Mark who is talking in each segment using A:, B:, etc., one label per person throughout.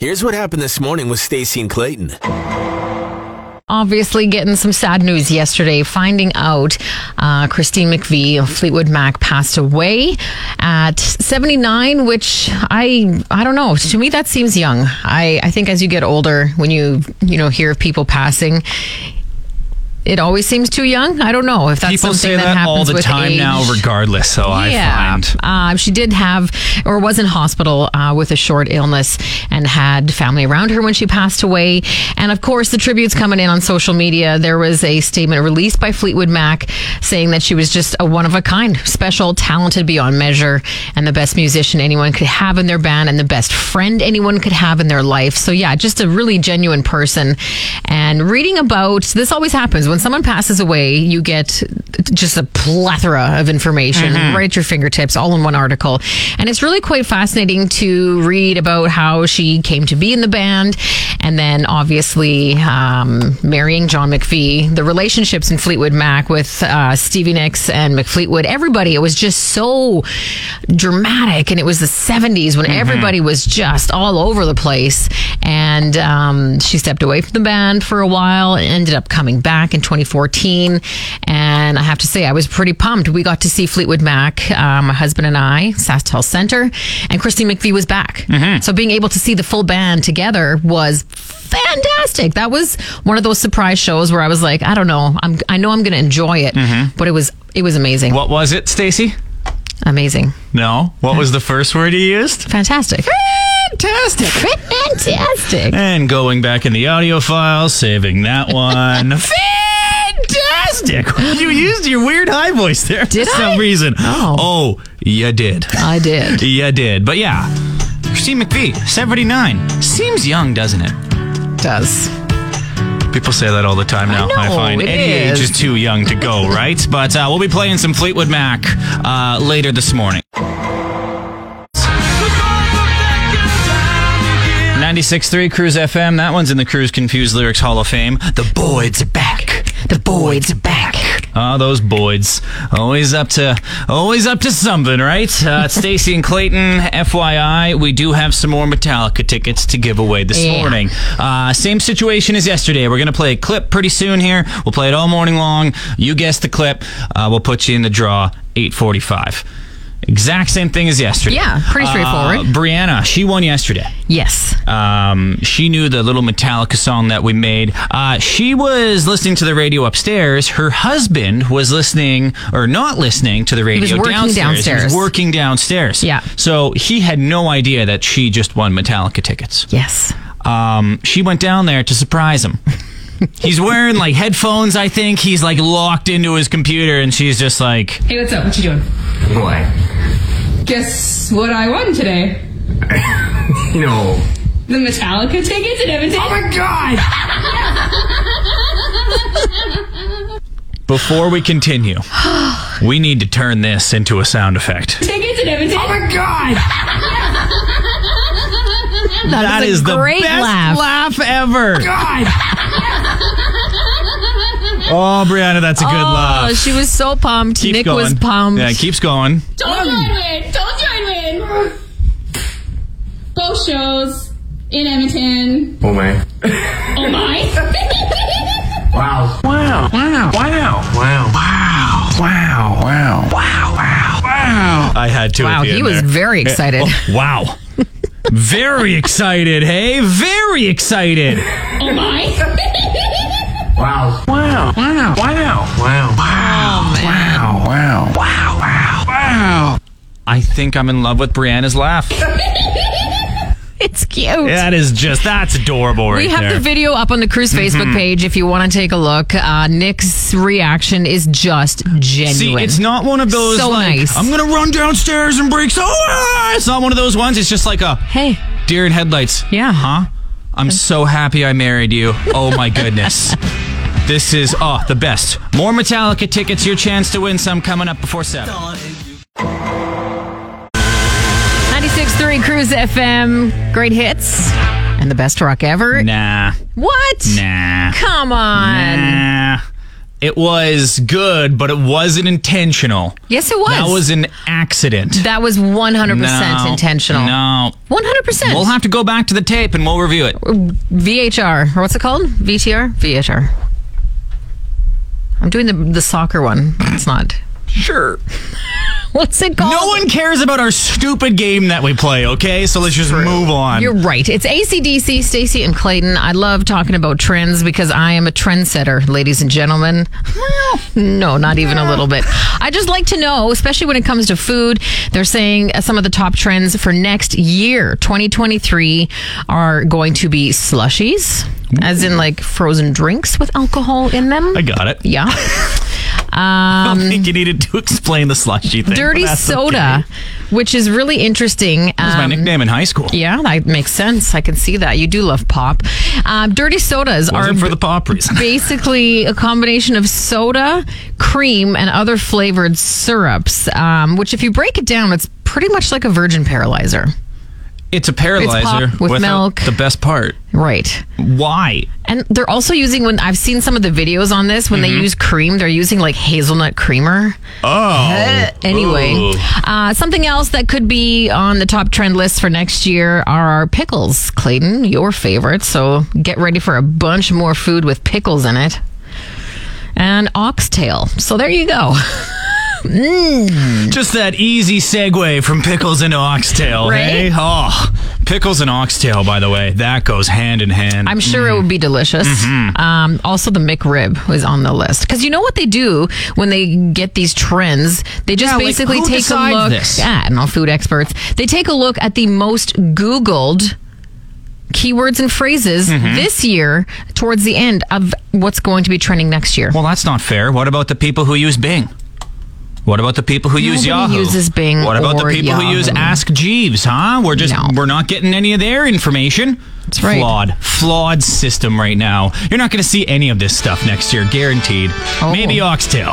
A: Here's what happened this morning with Stacey and Clayton.
B: obviously getting some sad news yesterday, finding out uh, Christine McVie of Fleetwood Mac passed away at 79, which I I don't know. To me, that seems young. I, I think as you get older, when you you know hear of people passing. It always seems too young. I don't know if that's
C: People
B: something
C: say that, all
B: happens
C: the
B: with
C: time now,
B: age.
C: regardless. So I find
B: Uh, she did have or was in hospital uh, with a short illness and had family around her when she passed away. And of course, the tributes coming in on social media. There was a statement released by Fleetwood Mac saying that she was just a one of a kind, special, talented beyond measure, and the best musician anyone could have in their band, and the best friend anyone could have in their life. So yeah, just a really genuine person. And reading about this always happens when someone passes away, you get just a plethora of information right at your fingertips, all in one article. And it's really quite fascinating to read about how she came to be in the band and then obviously um, marrying John McVie, the relationships in Fleetwood Mac with uh, Stevie Nicks and McFleetwood, everybody. It was just so dramatic. And it was the 70s when everybody was just all over the place. And um, she stepped away from the band for a while and ended up coming back in 2014. And I have to say, I was pretty pumped. We got to see Fleetwood Mac, uh, my husband and I, Sastel Center, and Christine McVie was back. So being able to see the full band together was fantastic. That was one of those surprise shows where I was like, I don't know, I'm, I know I'm going to enjoy it, but it was it was amazing,
C: what was it, Stacy?
B: amazing,
C: No, what was the first word you used?
B: fantastic,
C: Fantastic.
B: fantastic.
C: And going back in the audio file, saving that one. Fantastic. You used your weird high voice there
B: Did
C: for
B: I?
C: some reason.
B: Oh.
C: oh, you did.
B: I did.
C: You did. But yeah, Christine McVie, 79. Seems young, doesn't it?
B: does.
C: People say that all the time now.
B: I know,
C: find
B: it
C: any
B: is.
C: age is too young to go, right? But uh, we'll be playing some Fleetwood Mac uh, later this morning. 96.3 Cruise FM. That one's in the Cruise Confused Lyrics Hall of Fame. The Boyds are back. The Boyds are back. Ah, those Boyds. Always up to, always up to something, right? Uh, it's Stacy and Clayton. FYI, we do have some more Metallica tickets to give away this
B: Yeah.
C: morning. Uh, same situation as yesterday. We're going to play a clip pretty soon here. We'll play it all morning long. You guess the clip. Uh, we'll put you in the draw 845. Exact same thing as yesterday.
B: Yeah, pretty straightforward.
C: Uh, Brianna, she won yesterday.
B: Yes.
C: Um, she knew the little Metallica song that we made. Uh, she was listening to the radio upstairs. Her husband was listening or not listening to the radio
B: was working
C: He
B: downstairs.
C: was working downstairs.
B: Yeah.
C: So he had no idea that she just won Metallica tickets
B: Yes.
C: um, she went down there to surprise him. He's wearing like headphones, I think. He's like locked into his computer, and she's just like,
D: Hey, what's up? What you doing?
E: What?
D: Guess what I won today?
E: No.
D: The Metallica tickets in Edmonton.
E: Oh my god!
C: Before we continue, we need to turn this into a sound effect.
D: tickets in Edmonton.
E: Oh my god!
B: That
C: That
B: was a
C: is the
B: great
C: best
B: laugh.
C: laugh ever.
E: God!
C: Oh, Brianna, that's a good
B: Oh,
C: laugh.
B: she was so pumped.
C: Keep
B: Nick
C: going.
B: was pumped.
C: Yeah, keeps going.
E: Um.
D: Told you I'd win. Told you I'd win. Both shows in Edmonton.
E: Oh my.
D: Oh my.
E: Wow. Wow. Wow. Wow. Wow. Wow. Wow. Wow. Wow. Wow. Wow.
C: I had to. at
B: Wow,
C: the
B: he
C: end
B: was
C: there.
B: very
C: Yeah.
B: excited.
C: Oh, wow. very excited, hey? Very excited.
D: oh my.
E: Wow. Wow. Wow. Wow. Wow. Wow. Wow. Wow. Wow. Wow. Wow.
C: I think I'm in love with Brianna's laugh.
B: it's cute.
C: That is just that's adorable right
B: we have
C: there. Mm-hmm.
B: the video up on the Cruise Facebook page if you want to take a look. Uh, Nick's reaction is just genuine.
C: See, it's not one of those
B: So
C: like
B: nice.
C: I'm gonna run downstairs and break. So ah! it's not one of those ones. It's just like a
B: Hey,
C: deer in headlights.
B: Yeah.
C: Huh? I'm so happy I married you. Oh my goodness. This is oh the best. More Metallica tickets. Your chance to win some coming up before seven.
B: 96.3 Cruise FM. Great hits and the best rock ever.
C: Nah,
B: What?
C: nah,
B: Come on.
C: nah. It was good, but it wasn't intentional.
B: Yes, it was.
C: That was an accident.
B: That was 100%
C: No,
B: intentional.
C: No.
B: 100%.
C: We'll have to go back to the tape and we'll review it.
B: VHR or what's it called? VTR? VHR. I'm doing the the soccer one. It's not.
C: Sure.
B: What's it called?
C: No one cares about our stupid game that we play, okay? So let's just move on.
B: You're right. It's ACDC, Stacy and Clayton. I love talking about trends because I am a trendsetter, ladies and gentlemen. No, not even a little bit. I just like to know, especially when it comes to food, they're saying uh, some of the top trends for next year, 2023, are going to be slushies, as in like frozen drinks with alcohol in them.
C: I got it.
B: yeah.
C: I don't think you needed to explain the slushy thing.
B: Um, Dirty
C: but that's
B: soda,
C: okay.
B: which is really interesting.
C: That was my
B: Um,
C: nickname in high school.
B: Yeah, that makes sense. I can see that. You do love pop. Um, dirty sodas are
C: Wasn't for the pop reason.
B: basically a combination of soda, cream, and other flavored syrups, um, which, if you break it down, it's pretty much like a virgin paralyzer.
C: It's a paralyzer
B: It's pop with
C: without
B: milk.
C: The best part.
B: Right.
C: Why?
B: And they're also using, when I've seen some of the videos on this, when they use cream, they're using like hazelnut creamer.
C: Oh.
B: Uh, anyway, uh, something else that could be on the top trend list for next year are our pickles, Clayton, your favorite. So get ready for a bunch more food with pickles in it. And oxtail. So there you go.
C: Just that easy segue from pickles into oxtail,
B: Right?
C: hey? Oh, pickles and oxtail, by the way, that goes hand in hand.
B: I'm sure it would be delicious.
C: Mm-hmm.
B: Um, also, the McRib was on the list because you know what they do when they get these trends? They just
C: Yeah, like,
B: basically
C: who
B: take a
C: decides
B: look.
C: this?
B: Yeah, I don't know, food experts. They take a look at the most Googled keywords and phrases
C: Mm-hmm.
B: this year towards the end of what's going to be trending next year.
C: well, that's not fair. What about the people who use Bing? What about the people who use
B: Nobody
C: Yahoo?
B: uses Bing
C: What about
B: or
C: the people who use
B: Yahoo.
C: Ask Jeeves? Huh? We're just
B: No.
C: we're not getting any of their information. It's
B: right.
C: flawed, flawed system right now. You're not going to see any of this stuff next year, guaranteed.
B: Oh.
C: Maybe oxtail.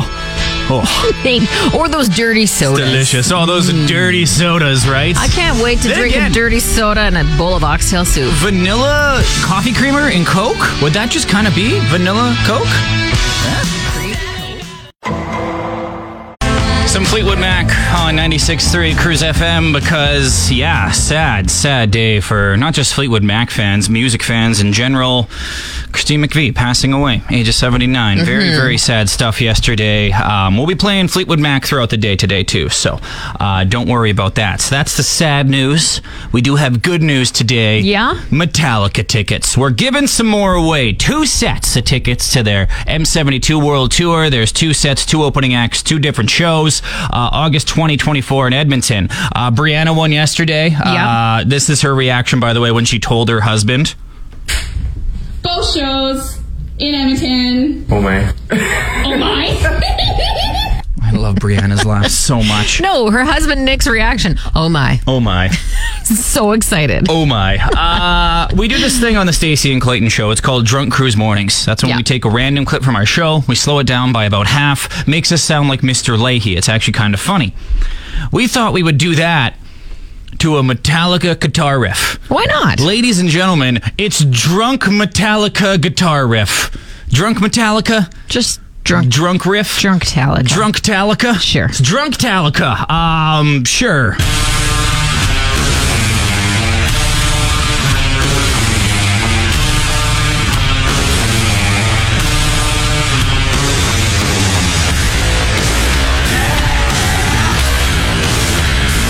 C: Oh,
B: or those dirty sodas.
C: delicious! All those dirty sodas, right?
B: Mm. I can't wait to
C: Then
B: drink
C: again-
B: a dirty soda and a bowl of oxtail soup.
C: vanilla coffee creamer and Coke? Would that just kind of be vanilla Coke? Some Fleetwood Mac on 96.3 Cruise FM because, yeah, sad, sad day for not just Fleetwood Mac fans, music fans in general. Christine McVie passing away, age of 79. Very, very sad stuff yesterday. Um, we'll be playing Fleetwood Mac throughout the day today, too, so uh, don't worry about that. So that's the sad news. We do have good news today.
B: Yeah?
C: Metallica tickets. We're giving some more away. Two sets of tickets to their M72 World Tour. There's two sets, two opening acts, two different shows. Uh, August 2024 in Edmonton. Uh, Brianna won yesterday. Uh, this is her reaction, by the way, when she told her husband.
D: Both shows in Edmonton.
E: Oh man.
D: Oh my.
C: I love Brianna's laugh so much.
B: No, her husband Nick's reaction. Oh my.
C: Oh my.
B: So excited.
C: Oh my. Uh, we do this thing on the Stacy and Clayton show. It's called Drunk Cruise Mornings. That's when
B: Yeah.
C: we take a random clip from our show, we slow it down by about half, makes us sound like Mr. Leahy. It's actually kind of funny. We thought we would do that to a Metallica guitar riff.
B: Why not?
C: Ladies and gentlemen, it's Drunk Metallica guitar riff. Drunk Metallica?
B: Just drunk,
C: Drunk riff?
B: drunk talent.
C: Drunk Talica?
B: Sure.
C: It's Drunk Talica. Um, sure.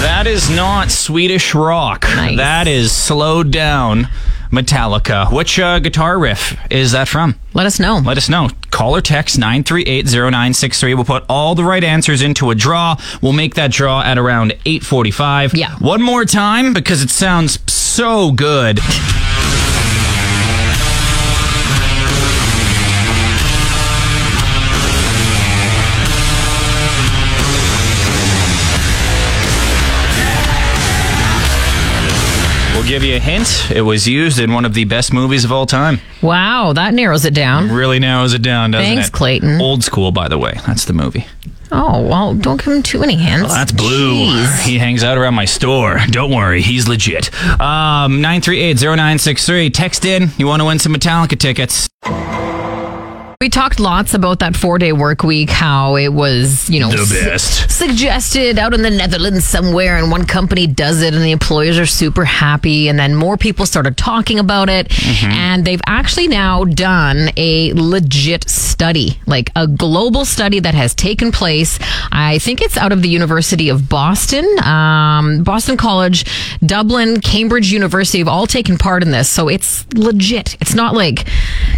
C: That is not Swedish rock.
B: Nice.
C: That is slowed down Metallica. Which uh, guitar riff is that from?
B: Let us know.
C: Let us know. Call or text 9380963. We'll put all the right answers into a draw. We'll make that draw at around 845.
B: Yeah.
C: One more time because it sounds so good. We'll give you a hint. It was used in one of the best movies of all time.
B: wow, that narrows it down.
C: Really narrows it down, doesn't
B: Thanks,
C: it?
B: Clayton.
C: Old school, by the way. That's the movie.
B: Oh, well, don't give him too many hints.
C: That's Blue.
B: Jeez.
C: He hangs out around my store. Don't worry, he's legit. Um, 9380963. Text in. You want to win some Metallica tickets.
B: We talked lots about that four day work week, how it was, you know,
C: The
B: su-
C: best.
B: suggested out in the Netherlands somewhere, and one company does it, and the employers are super happy. And then more people started talking about it, and they've actually now done a legit study, like a global study that has taken place. I think it's out of the University of Boston, um, Boston College, Dublin, Cambridge University have all taken part in this. So it's legit. It's not like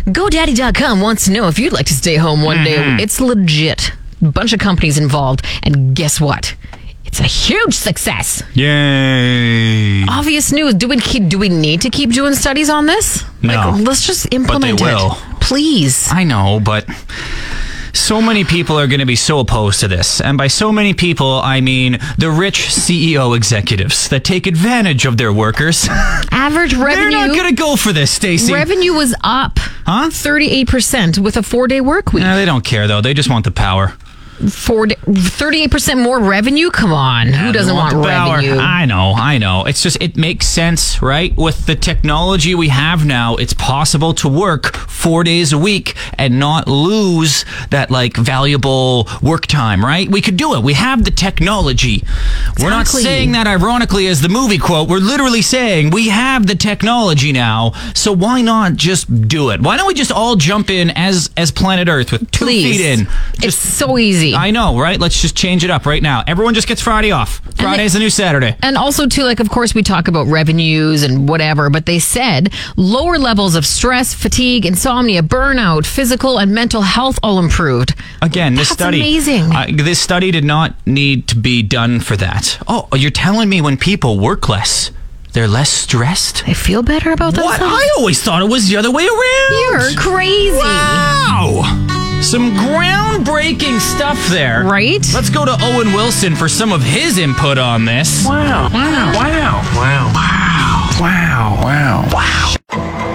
B: GoDaddy.com wants to know if you'd like to stay home one day. It's legit. Bunch of companies involved. And guess what? It's a huge success.
C: Yay.
B: Obvious news. Do we keep, do we need to keep doing studies on this?
C: No.
B: Like, let's just implement
C: will.
B: it. Please.
C: I know, but so many people are going to be so opposed to this. And by so many people, I mean the rich CEO executives that take advantage of their workers.
B: Average
C: They're
B: revenue.
C: not going to go for this, Stacy.
B: revenue was up
C: Huh?
B: 38% with a four day work week.
C: No, they don't care though. They just want the power.
B: Four, 38% more revenue? Come on. Who doesn't
C: They
B: want,
C: the power.
B: revenue?
C: I know, I know. It's just it makes sense, right? With the technology we have now, it's possible to work 4 days a week and not lose that like valuable work time, right? We could do it. We have the technology. We're not
B: Exactly.
C: saying that ironically as the movie quote. We're literally saying we have the technology now, so why not just do it? Why don't we just all jump in as as planet Earth with 2
B: Please.
C: feet in?
B: it's
C: Just
B: so easy.
C: I know, right? Let's just change it up right now. Everyone just gets Friday off. Friday's the new Saturday.
B: and also too like of course we talk about revenues and whatever but they said lower levels of stress fatigue insomnia burnout physical and mental health all improved
C: Again, this
B: That's
C: study.
B: amazing.
C: I- this study did not need to be done for that. Oh, you're telling me when people work less, they're less stressed?
B: i feel better about that
C: What? I always thought it was the other way around.
B: you're crazy
C: Wow! Some groundbreaking stuff there.
B: Right?
C: Let's go to Owen Wilson for some of his input on this.
E: Wow. Wow. Wow. Wow. Wow. Wow. Wow.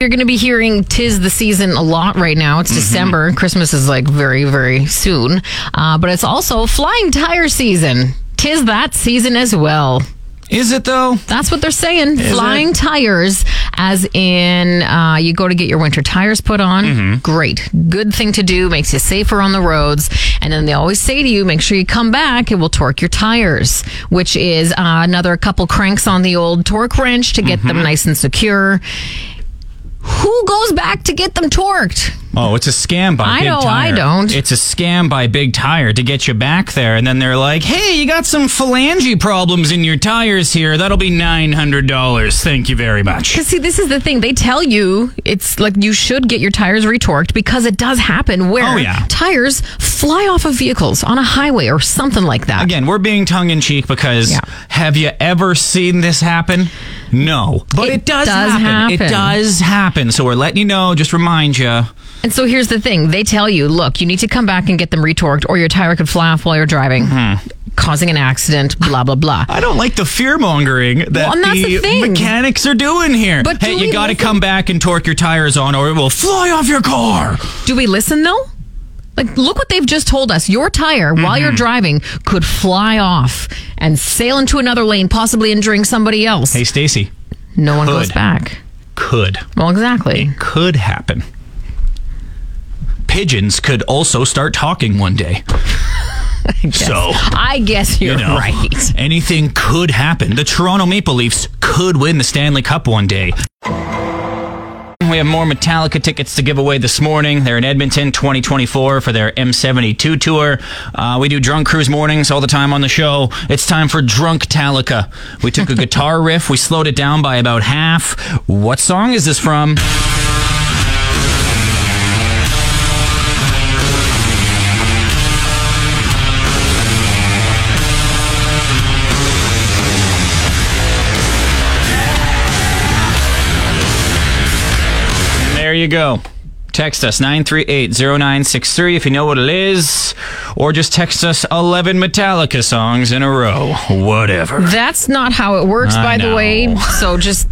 B: You're going to be hearing "Tis the Season" a lot right now.
C: Mm-hmm.
B: It's December. Christmas is like very, very soon, uh, but it's also flying tire season. Tis that season as well.
C: Is it though?
B: That's what they're saying. Flying tires, as in uh, you go to get your winter tires put on. Great. Good thing to do. Makes you safer on the roads. And then they always say to you, make sure you come back. It will torque your tires, which is uh, another couple cranks on the old torque wrench to get them nice and secure. Who goes back to get them torqued?
C: Oh, it's a scam by
B: I
C: Big
B: know, I
C: Tire.
B: don't.
C: It's a scam by Big Tire to get you back there, and then they're like, "Hey, you got some phalange problems in your tires here. That'll be nine hundred dollars. Thank you very much."
B: Because see, this is the thing. They tell you it's like you should get your tires retorqued because it does happen where
C: Oh, yeah.
B: tires fly off of vehicles on a highway or something like that.
C: Again, we're being tongue in cheek because
B: Yeah.
C: have you ever seen this happen? No, but
B: It
C: it, does,
B: does
C: It
B: happen.
C: does happen. So we're letting you know. Just remind you.
B: And so here's the thing. They tell you, look, you need to come back and get them retorqued or your tire could fly off while you're driving,
C: Mm-hmm.
B: causing an accident, blah, blah, blah.
C: I don't like the fear mongering that
B: Well, and that's
C: the,
B: the thing.
C: mechanics are doing here.
B: But
C: hey,
B: do
C: you
B: we
C: got to
B: listen-
C: come back and torque your tires on, or it will fly off your car.
B: Do we listen though? Like, look what they've just told us. Your tire, while you're
C: Mm-hmm.
B: driving, could fly off and sail into another lane, possibly injuring somebody else.
C: Hey, Stacy.
B: no one goes
C: could.
B: back.
C: Could.
B: Well, exactly.
C: Could happen. Pigeons could also start talking one day. So,
B: I guess you're
C: you know,
B: right.
C: anything could happen. The Toronto Maple Leafs could win the Stanley Cup one day. We have more Metallica tickets to give away this morning. They're in Edmonton 2024 for their M72 tour. Uh, we do drunk cruise mornings all the time on the show. It's time for Drunk Talica. We took a guitar riff, we slowed it down by about half. What song is this from? There you go. Text us 938-0963 if you know what it is, or just text us 11 Metallica songs in a row. Whatever.
B: That's not how it works, by
C: I
B: the way.
C: know.
B: So just,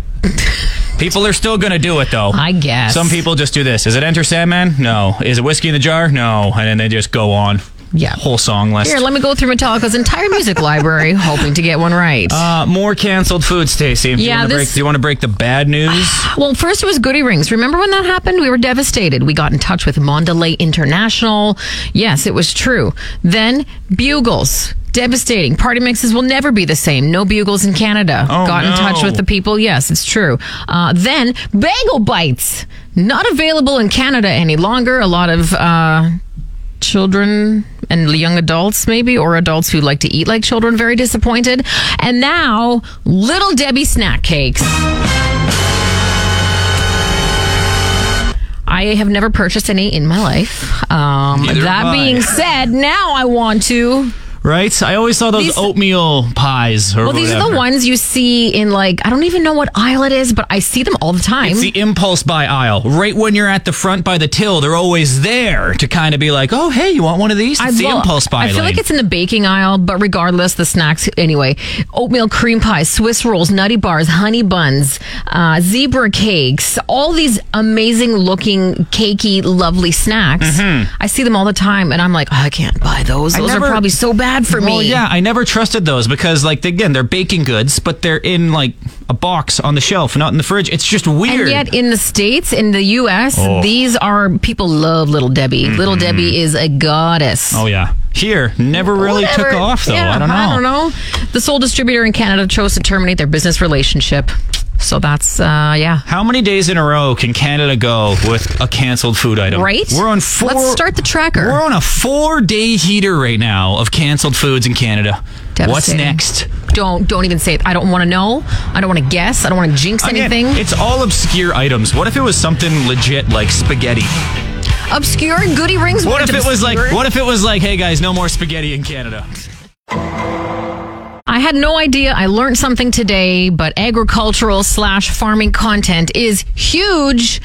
C: People are still gonna do it though.
B: I guess.
C: Some people just do this. Is it Enter Sandman? No. Is it Whiskey in the Jar? No. And then they just go on.
B: Yeah.
C: whole song list.
B: Here, let me go through Metallica's entire music library, hoping to get one right.
C: uh, more canceled food, Stacey. Do you
B: Yeah,
C: wanna
B: this-
C: break- do you want to break the bad news?
B: Well, first it was Goody Rings. Remember when that happened? We were devastated. We got in touch with Mondelez International. Yes, it was true. Then Bugles. Devastating. Party mixes will never be the same. No bugles in Canada.
C: Oh,
B: Got in
C: no.
B: touch with the people. Yes, it's true. Uh, then bagel bites. Not available in Canada any longer. A lot of uh, children and young adults, maybe, or adults who like to eat like children, very disappointed. And now, Little Debbie snack cakes. I have never purchased any in my life. Um,
C: Neither have
B: that
C: I.
B: being said, now I want to.
C: Right? I always saw those
B: These-
C: oatmeal pies or
B: Well, these are the
C: whatever.
B: ones you see in like I don't even know what aisle it is, but I see them all the time.
C: It's the impulse buy aisle. Right when you're at the front by the till, they're always there to kind of be like, oh, hey, you want one of these? It's the
B: well,
C: impulse buy
B: I feel
C: lane.
B: like it's in the baking aisle, but regardless, the snacks anyway. Oatmeal cream pies, Swiss rolls, nutty bars, honey buns, uh, zebra cakes, all these amazing looking, cakey, lovely snacks. I see them all the time, and I'm like, oh, I can't buy those. Those
C: Mm-hmm. never-
B: are probably so bad for
C: Well,
B: me.
C: yeah, I never trusted those because, like, again, they're baking goods, but they're in like a box on the shelf, not in the fridge. It's just weird. Oh.
B: And yet, in the states, in the U.S., these are people love Little Debbie. Little Debbie is a goddess.
C: Mm-hmm. oh yeah, here never really
B: Whatever.
C: took off though.
B: Yeah,
C: I don't know.
B: I don't know. The sole distributor in Canada chose to terminate their business relationship. So that's uh yeah.
C: How many days in a row can Canada go with a canceled food item?
B: Right?
C: We're on four.
B: Let's start the tracker.
C: We're on a four-day heater right now of canceled foods in Canada. What's
B: Devastating.
C: next?
B: Don't don't even say it. I don't want to know. I don't want to guess. I don't want to jinx
C: Again,
B: anything.
C: It's all obscure items. What if it was something legit like spaghetti?
B: obscure goody rings.
C: What
B: weren't
C: if it was like?
B: obscure.
C: What if it was like? Hey guys, no more spaghetti in Canada.
B: I had no idea. I learned something today, but agricultural slash farming content is huge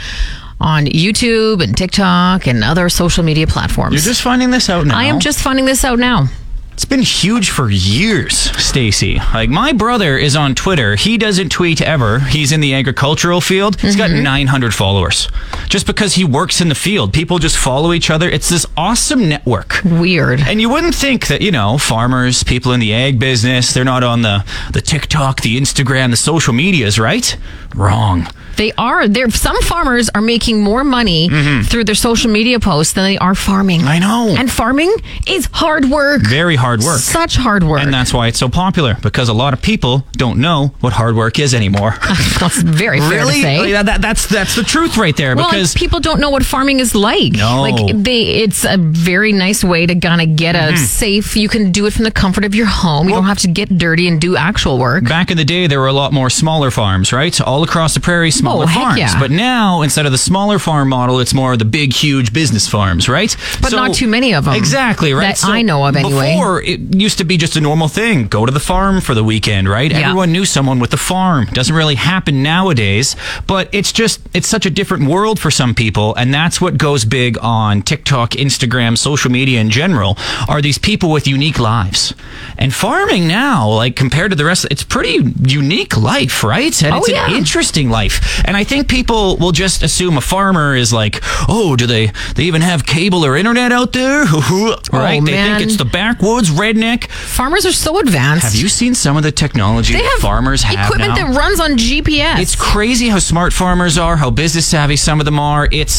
B: on YouTube and TikTok and other social media platforms.
C: You're just finding this out now.
B: I am just finding this out now.
C: It's been huge for years, Stacy. Like my brother is on Twitter. He doesn't tweet ever. He's in the agricultural field. He's got 900 followers. Just because he works in the field, people just follow each other. It's this awesome network.
B: Weird.
C: And you wouldn't think that, you know, farmers, people in the ag business, they're not on the the TikTok, the Instagram, the social medias, right? Wrong.
B: They are. There. Some farmers are making more money through their social media posts than they are farming.
C: Mm-hmm. I know.
B: And farming is hard work.
C: Very hard work.
B: Such hard work.
C: And uh, that's why it's so popular because a lot of people don't know what hard work is anymore.
B: That's very fair to
C: really?
B: say.
C: Yeah, that, that's that's the truth right there.
B: Well,
C: because
B: and people don't know what farming is like.
C: No.
B: Like they, it's a very nice way to kind of get
C: Mm-hmm.
B: a safe. You can do it from the comfort of your home. You don't have to get dirty and do actual work.
C: back in the day, there were a lot more smaller farms, right? All across the prairie, smaller
B: Oh, heck
C: farms.
B: yeah.
C: But now, instead of the smaller farm model, it's more the big, huge business farms, right?
B: But not too many of 'em
C: Exactly, right?
B: that I know of anyway.
C: Before, it used to be just a normal thing. Go to the farm for the weekend, right?
B: Yeah.
C: Everyone knew someone with the farm. Doesn't really happen nowadays, but it's just, it's such a different world for some people. And that's what goes big on TikTok, Instagram, social media in general, are these people with unique lives. And farming now, like compared to the rest, it's pretty unique life, right? And
B: Oh,
C: it's an
B: yeah.
C: interesting life. And I think people will just assume a farmer is like, oh, do they, they even have cable or internet out there? right? they
B: man.
C: think it's the backwoods redneck.
B: Farmers are so advanced.
C: Mm. Have you seen some of the technology
B: They
C: that
B: have
C: farmers have
B: equipment
C: now?
B: that runs on GPS.
C: it's crazy how smart farmers are, how business savvy some of them are. It's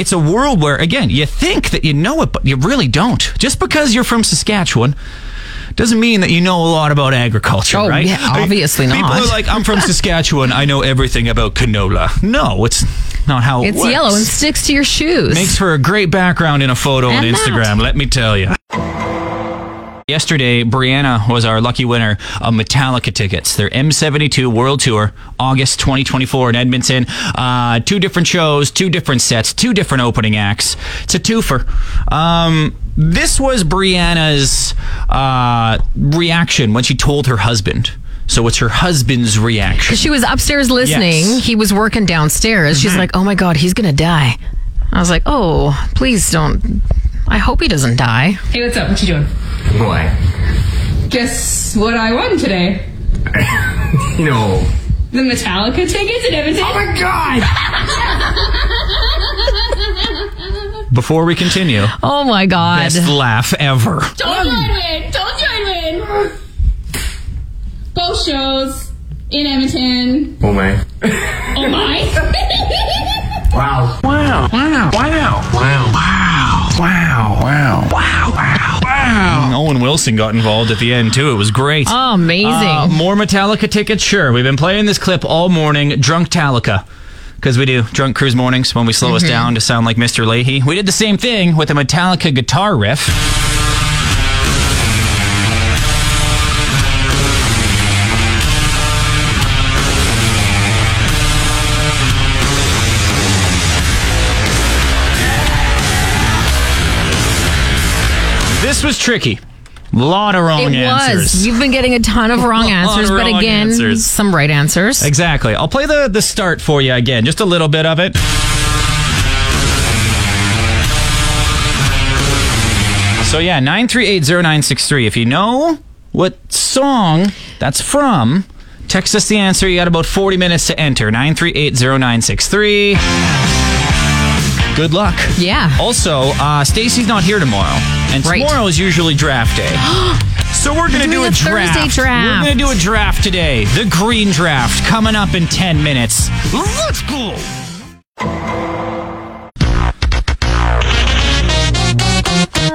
C: it's a world where again, you think that you know it, but you really don't. Just because you're from Saskatchewan doesn't mean that you know a lot about agriculture,
B: Oh,
C: right?
B: yeah,
C: I mean,
B: obviously not.
C: People are like, I'm from Saskatchewan, I know everything about canola. No, it's not how it
B: It's
C: works.
B: yellow and sticks to your shoes.
C: Makes for a great background in a photo on
B: And that.
C: Instagram, let me tell you. Yesterday, Brianna was our lucky winner of Metallica tickets. Their M72 World Tour, August 2024 in Edmonton. Uh, two different shows, two different sets, two different opening acts. It's a twofer. Um, this was Brianna's uh, reaction when she told her husband. So it's her husband's reaction.
B: She was upstairs listening.
C: Yes.
B: He was working downstairs. She's like, "Oh my god, he's gonna die." I was like, "Oh, please don't." I hope he doesn't die.
D: Hey, what's up? What you doing?
F: What?
D: Guess what I won today?
F: No.
D: The
E: Oh
D: Metallica tickets and everything.
F: God!
C: before we continue.
B: Oh my God.
C: Best laugh ever.
D: Don't join Win. Don't join Win. Both shows in Edmonton.
F: Oh my.
D: Oh my.
F: Wow.
E: Wow. Wow.
F: Wow.
E: Wow. Wow. Wow. Wow. Wow. Wow.
C: Owen Wilson got involved at the end too. It was great.
B: Oh, amazing.
C: Uh, more Metallica tickets, sure. We've been playing this clip all morning, Drunk Talica. Because we do drunk cruise mornings when we slow
B: Mm-hmm.
C: us down to sound like Mr. Leahy. We did the same thing with a Metallica guitar riff. This was tricky. Lot of wrong
B: it
C: answers.
B: was. You've been getting a ton of wrong
C: Lot of
B: answers, but
C: wrong
B: again,
C: answers.
B: some right answers.
C: Exactly. I'll play the, the start for you again, just a little bit of it. So yeah, 9380963. If you know what song that's from, text us the answer. You got about 40 minutes to enter. 9380963. Good luck.
B: Yeah.
C: Also, uh, Stacy's not here tomorrow, and
B: Right.
C: tomorrow is usually draft day. so we're gonna do
B: doing
C: a,
B: a Thursday
C: draft.
B: draft.
C: We're gonna do a draft today. The green draft coming up in 10 minutes. Let's go.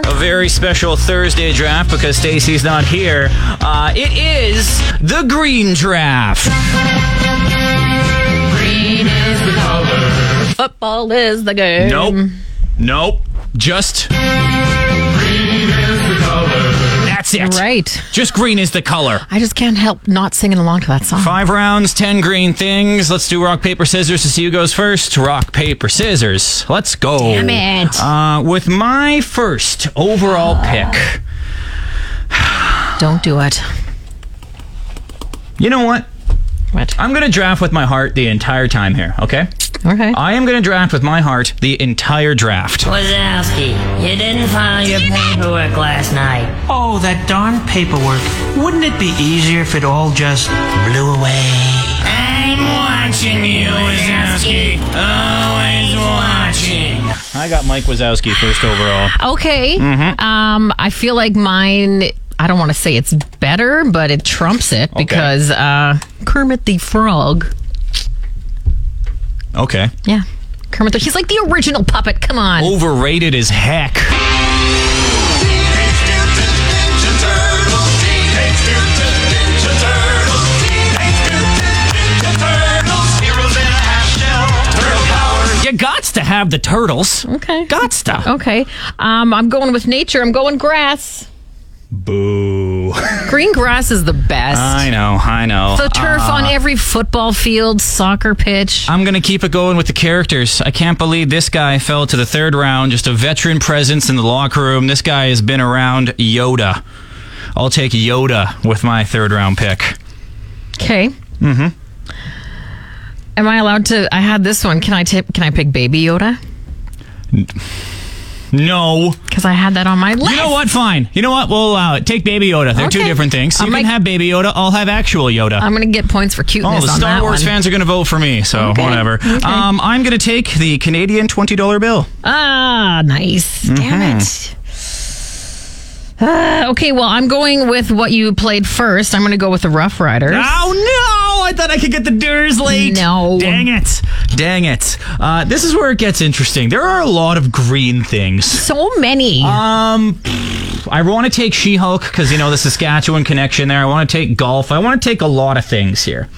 C: A very special Thursday draft because Stacy's not here. Uh, it is the green draft.
B: Football is the game.
C: Nope. Nope. Just. That's it.
B: Right.
C: Just green is the color.
B: I just can't help not singing along to that song.
C: Five rounds, ten green things. Let's do rock, paper, scissors to see who goes first. Rock, paper, scissors. Let's go.
B: Damn it.
C: Uh, with my first overall pick.
B: Don't do it.
C: You know what?
B: What?
C: I'm going to draft with my heart the entire time here, okay?
B: Okay.
C: I am going to draft with my heart the entire draft.
G: Wazowski, you didn't file your paperwork last night.
H: Oh, that darn paperwork. Wouldn't it be easier if it all just blew away?
G: I'm watching you, Wazowski. Always watching.
C: I got Mike Wazowski first overall.
B: Okay.
C: Mm-hmm.
B: Um, I feel like mine. I don't want to say it's better, but it trumps it because uh, Kermit the Frog.
C: Okay.
B: Yeah, Kermit the. He's like the original puppet. Come on.
C: Overrated as heck. You gots to have the turtles.
B: Okay. Oh.
C: Gots to.
B: Okay. Um, I'm going with nature. I'm going grass.
C: Boo.
B: Green grass is the best.
C: I know, I know.
B: the turf on every football field, soccer pitch.
C: I'm going to keep it going with the characters. I can't believe this guy fell to the third round, just a veteran presence in the locker room. This guy has been around Yoda. I'll take Yoda with my third round pick.
B: Okay. Mm-hmm. Am I allowed to? I had this one. Can I tip? Can I pick Baby Yoda?
C: No.
B: Because I had that on my list.
C: You know what? Fine. You know what? We'll allow it. Take Baby Yoda. They're two
B: Okay.
C: different things. You
B: I
C: can
B: might-
C: have Baby Yoda. I'll have actual Yoda.
B: I'm gonna get points for
C: Oh,
B: cuteness
C: the
B: on that
C: Star Wars
B: one.
C: fans are going to vote for me, so
B: Okay.
C: whatever.
B: Okay.
C: Um, I'm going to take the Canadian $20 bill.
B: Ah, nice.
C: Mm-hmm.
B: Damn it. Uh, okay, well, I'm going with what you played first. I'm going to go with the Rough Riders.
C: Oh no! I thought I could get the Durs late.
B: No.
C: Dang it! Dang it! Uh, this is where it gets interesting. There are a lot of green things.
B: So many.
C: Um, I want to take She-Hulk because you know the Saskatchewan connection there. I want to take golf. I want to take a lot of things here.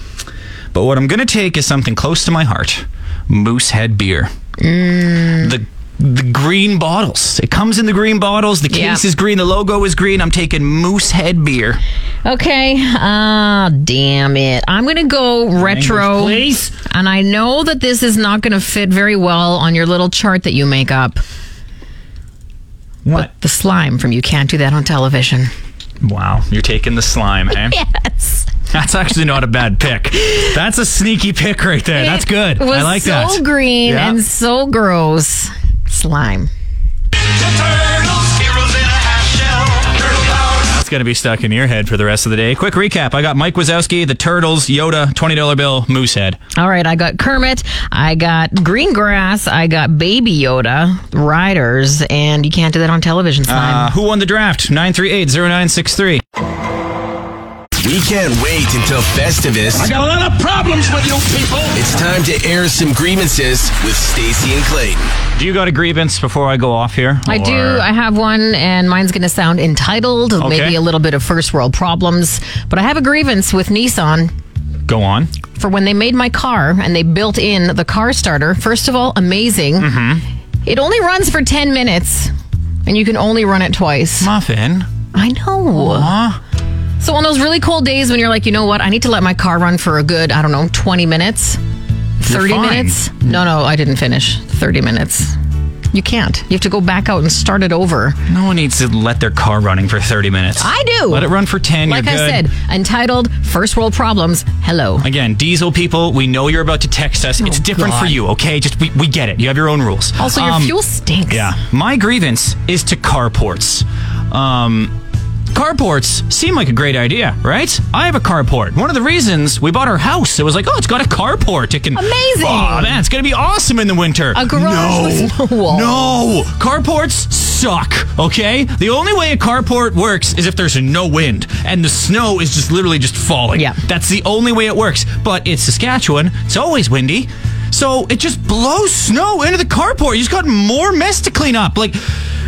C: But what I'm going to take is something close to my heart: Moosehead beer.
B: Mm.
C: The the green bottles. It comes in the green bottles. The case
B: Yeah.
C: is green. The logo is green. I'm taking Moosehead beer.
B: okay. Ah, damn it. I'm going to go retro.
C: please.
B: And I know that this is not going to fit very well on your little chart that you make up.
C: What?
B: The slime from You Can't Do That on Television.
C: Wow, you're taking the slime, eh?
B: Yes.
C: That's actually not a bad pick. That's a sneaky pick right there. That's good.
B: It was
C: I like
B: so
C: that.
B: green
C: Yeah.
B: and so gross. Slime.
C: It's going to be stuck in your head for the rest of the day. Quick recap I got Mike Wazowski, the Turtles, Yoda, $20 bill, Moosehead.
B: All right, I got Kermit, I got Green Grass, I got Baby Yoda, Riders, and you can't do that on television. Simon.
C: Uh, who won the draft? 938 0963.
A: We can't wait until Festivus. I got a lot of problems with you people. It's time to air some grievances with Stacy and Clayton.
C: Do you got a grievance before I go off here?
B: I do.
C: Or-
B: I have one, and mine's going to sound entitled, maybe a little bit of first world problems. But I have a grievance with Nissan
C: Go on.
B: for when they made my car and they built in the car starter. First of all, amazing. It only runs for 10 minutes, and you can only run it twice.
C: Muffin.
B: I know.
C: Huh?
B: So on those really cold days when you're like, you know what, I need to let my car run for a good, I don't know, 20 minutes, 30
C: fine.
B: minutes. No, no, I didn't finish. 30 minutes. You can't. You have to go back out and start it over.
C: No one needs to let their car running for 30 minutes.
B: I do.
C: Let it run for 10.
B: Like
C: you're
B: I
C: good.
B: said, entitled First World Problems. Hello.
C: Again, diesel people, we know you're about to text us. it's different for
B: Oh, God.
C: you, okay? Just we, we get it. You have your own rules.
B: Also, your
C: Um,
B: fuel stinks.
C: Yeah. My grievance is to carports. Um Carports seem like a great idea, right? I have a carport. One of the reasons we bought our house, it was like, oh, it's got a carport. It can
B: Amazing.
C: Oh man, it's gonna be awesome in the winter.
B: A garage
C: no.
B: with no wall.
C: No, carports suck. Okay, the only way a carport works is if there's no wind and the snow is just literally just falling.
B: Yeah.
C: that's the only way it works. But it's Saskatchewan; it's always windy, so it just blows snow into the carport. You just got more mess to clean up. Like.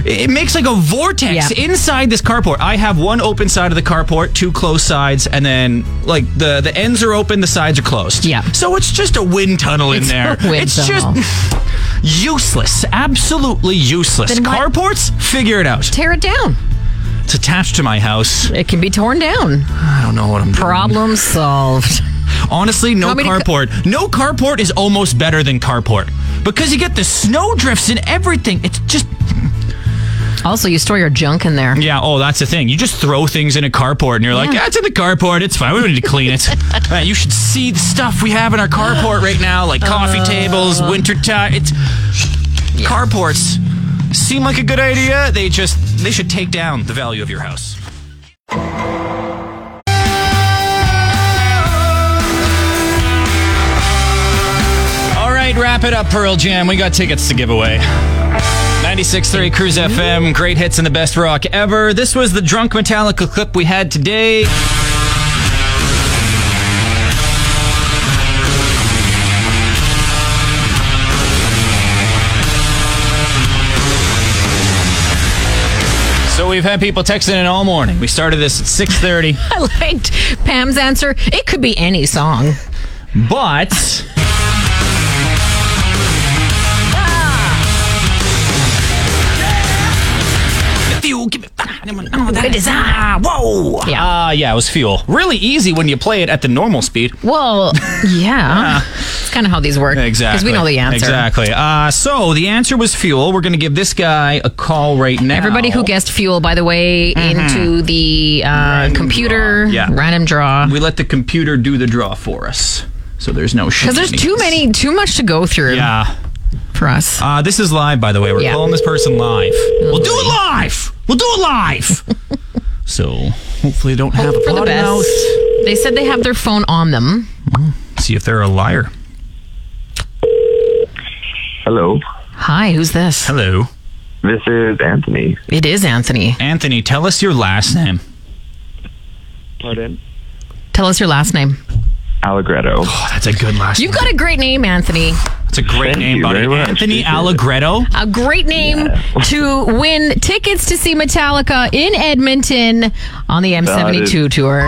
C: It it makes like a vortex
B: Yeah.
C: inside this carport. I have one open side of the carport, two closed sides, and then like the the ends are open, the sides are closed.
B: Yeah.
C: So it's just a wind tunnel in
B: It's
C: there.
B: a wind
C: it's
B: tunnel.
C: just useless, absolutely useless.
B: Then why-
C: Carports, figure it out.
B: Tear it down.
C: It's attached to my house.
B: It can be torn down.
C: I don't know what I'm
B: Problem solved.
C: doing. Honestly, no
B: Want me to co-
C: carport. no carport is almost better than carport because you get the snow drifts and everything. It's just
B: Also, you store your junk in there.
C: yeah. Oh, that's the thing. You just throw things in a carport and you're like,
B: Yeah.
C: that's in the carport. It's fine. We don't need to clean it. Man, you should see the stuff we have in our carport right now, like coffee tables, winter time. It's carports seem like a good idea. They just they should take down the value of your house. All right, wrap it up, Pearl Jam. We got tickets to give away. 96.3 Cruise FM, great hits and the best rock ever. This was the Drunk Metallica clip we had today. So we've had people texting in all morning. We started this at 6.30.
B: I liked Pam's answer. It could be any song.
C: But Whoa!
B: Yeah.
C: Uh, yeah, it was fuel. Really easy when you play it at the normal speed.
B: Well, yeah. It's kind of how these work.
C: Exactly.
B: Because we know the answer.
C: Exactly. Uh, so the answer was fuel. We're going to give this guy a call right now.
B: Everybody who guessed fuel, by the way, into the uh, computer
C: Mm-hmm. draw. Yeah.
B: random draw.
C: We let the computer do the draw for us. So there's no
B: Because there's too many, too much to go through
C: Yeah.
B: for us.
C: Uh, this is live, by the way. We're
B: Yeah. Mm.
C: calling this person live. We'll do it live. We'll do it live. so hopefully they don't have
B: Hope
C: a
B: for the
C: potty
B: best.
C: mouth.
B: They said they have their phone on them.
C: See if they're a liar.
I: Hello,
B: Hi, who's this?
C: Hello,
I: this is Anthony.
B: It is Anthony.
C: Anthony. Tell us your last name.
I: Pardon?
B: Tell us your last name.
I: Allegretto.
C: Oh, that's a good last.
B: You've got a great name, Anthony.
C: That's a great
I: Thank
C: name,
I: you
C: buddy.
I: very much.
C: Anthony
I: Appreciate it.
C: Allegretto.
B: A great name to win tickets to see Metallica in Edmonton on the M72 tour.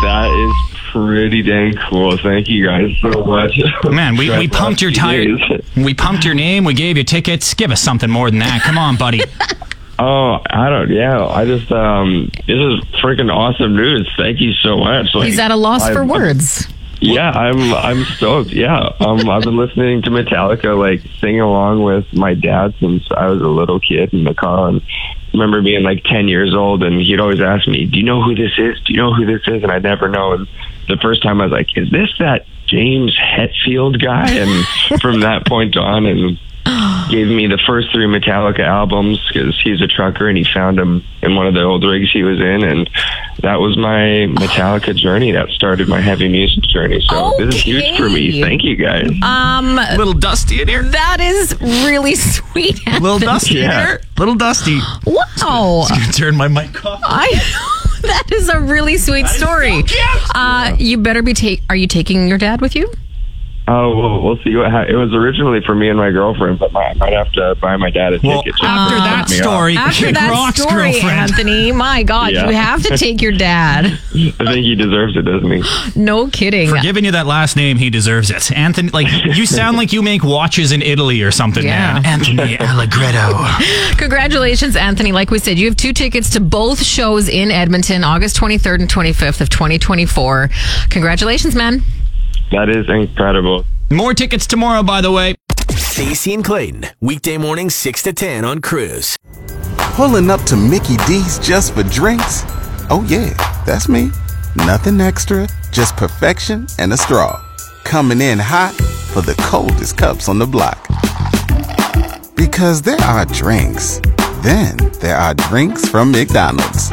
I: That is pretty dang cool. Thank you guys so much.
C: Man, we, we
I: Tried the last
C: pumped your
I: few
C: tire.
I: days.
C: We pumped your name. We gave you tickets. Give us something more than that. Come on, buddy.
I: Oh, I don't. Yeah, I just um, this is freaking awesome news. Thank you so much. Like,
B: He's at a loss for
I: I'm-
B: words.
I: Yeah, I'm I'm stoked. Yeah, um, I've been listening to Metallica like sing along with my dad since I was a little kid in the car. And I remember being like ten years old, and he'd always ask me, "Do you know who this is? Do you know who this is?" And I'd never know. And the first time I was like, "Is this that James Hetfield guy?" And from that point on, and gave me the first three Metallica albums because he's a trucker and he found them in one of the old rigs he was in, and that was my Metallica journey. That started my heavy music journey. So this is huge for me.
B: Okay.
I: Thank you guys.
B: Um,
C: little dusty in here.
B: that is really sweet.
C: Little
B: Anthony.
C: dusty in
I: Yeah.
C: here. Little dusty.
B: Wow.
C: Gonna turn my mic off.
B: I. That is a really sweet story. uh, you better be take. Are you taking your dad with you?
I: Oh, well, we'll see what ha- it was originally for me and my girlfriend, but my, I might have to buy my dad a
C: Well,
I: ticket. just
C: after
I: to
C: that
I: pick me up.
C: story,
B: After
C: Kid
B: that
C: Rock's
B: story,
C: girlfriend.
B: Anthony, my God,
I: Yeah.
B: you have to take your dad.
I: I think he deserves it, doesn't he?
B: No kidding.
C: For giving you that last name, he deserves it. Anthony, like, you sound like you make watches in Italy or something,
B: Yeah.
C: man.
H: Anthony Allegretto.
B: Congratulations, Anthony. Like we said, you have two tickets to both shows in Edmonton, August 23rd and 25th of 2024. Congratulations, man.
I: That is incredible.
C: More tickets tomorrow, by the way.
A: Stacey and Clayton, weekday morning 6 to 10 on Cruise.
J: Pulling up to Mickey D's just for drinks? Oh, yeah, that's me. Nothing extra, just perfection and a straw. Coming in hot for the coldest cups on the block. Because there are drinks, then there are drinks from McDonald's.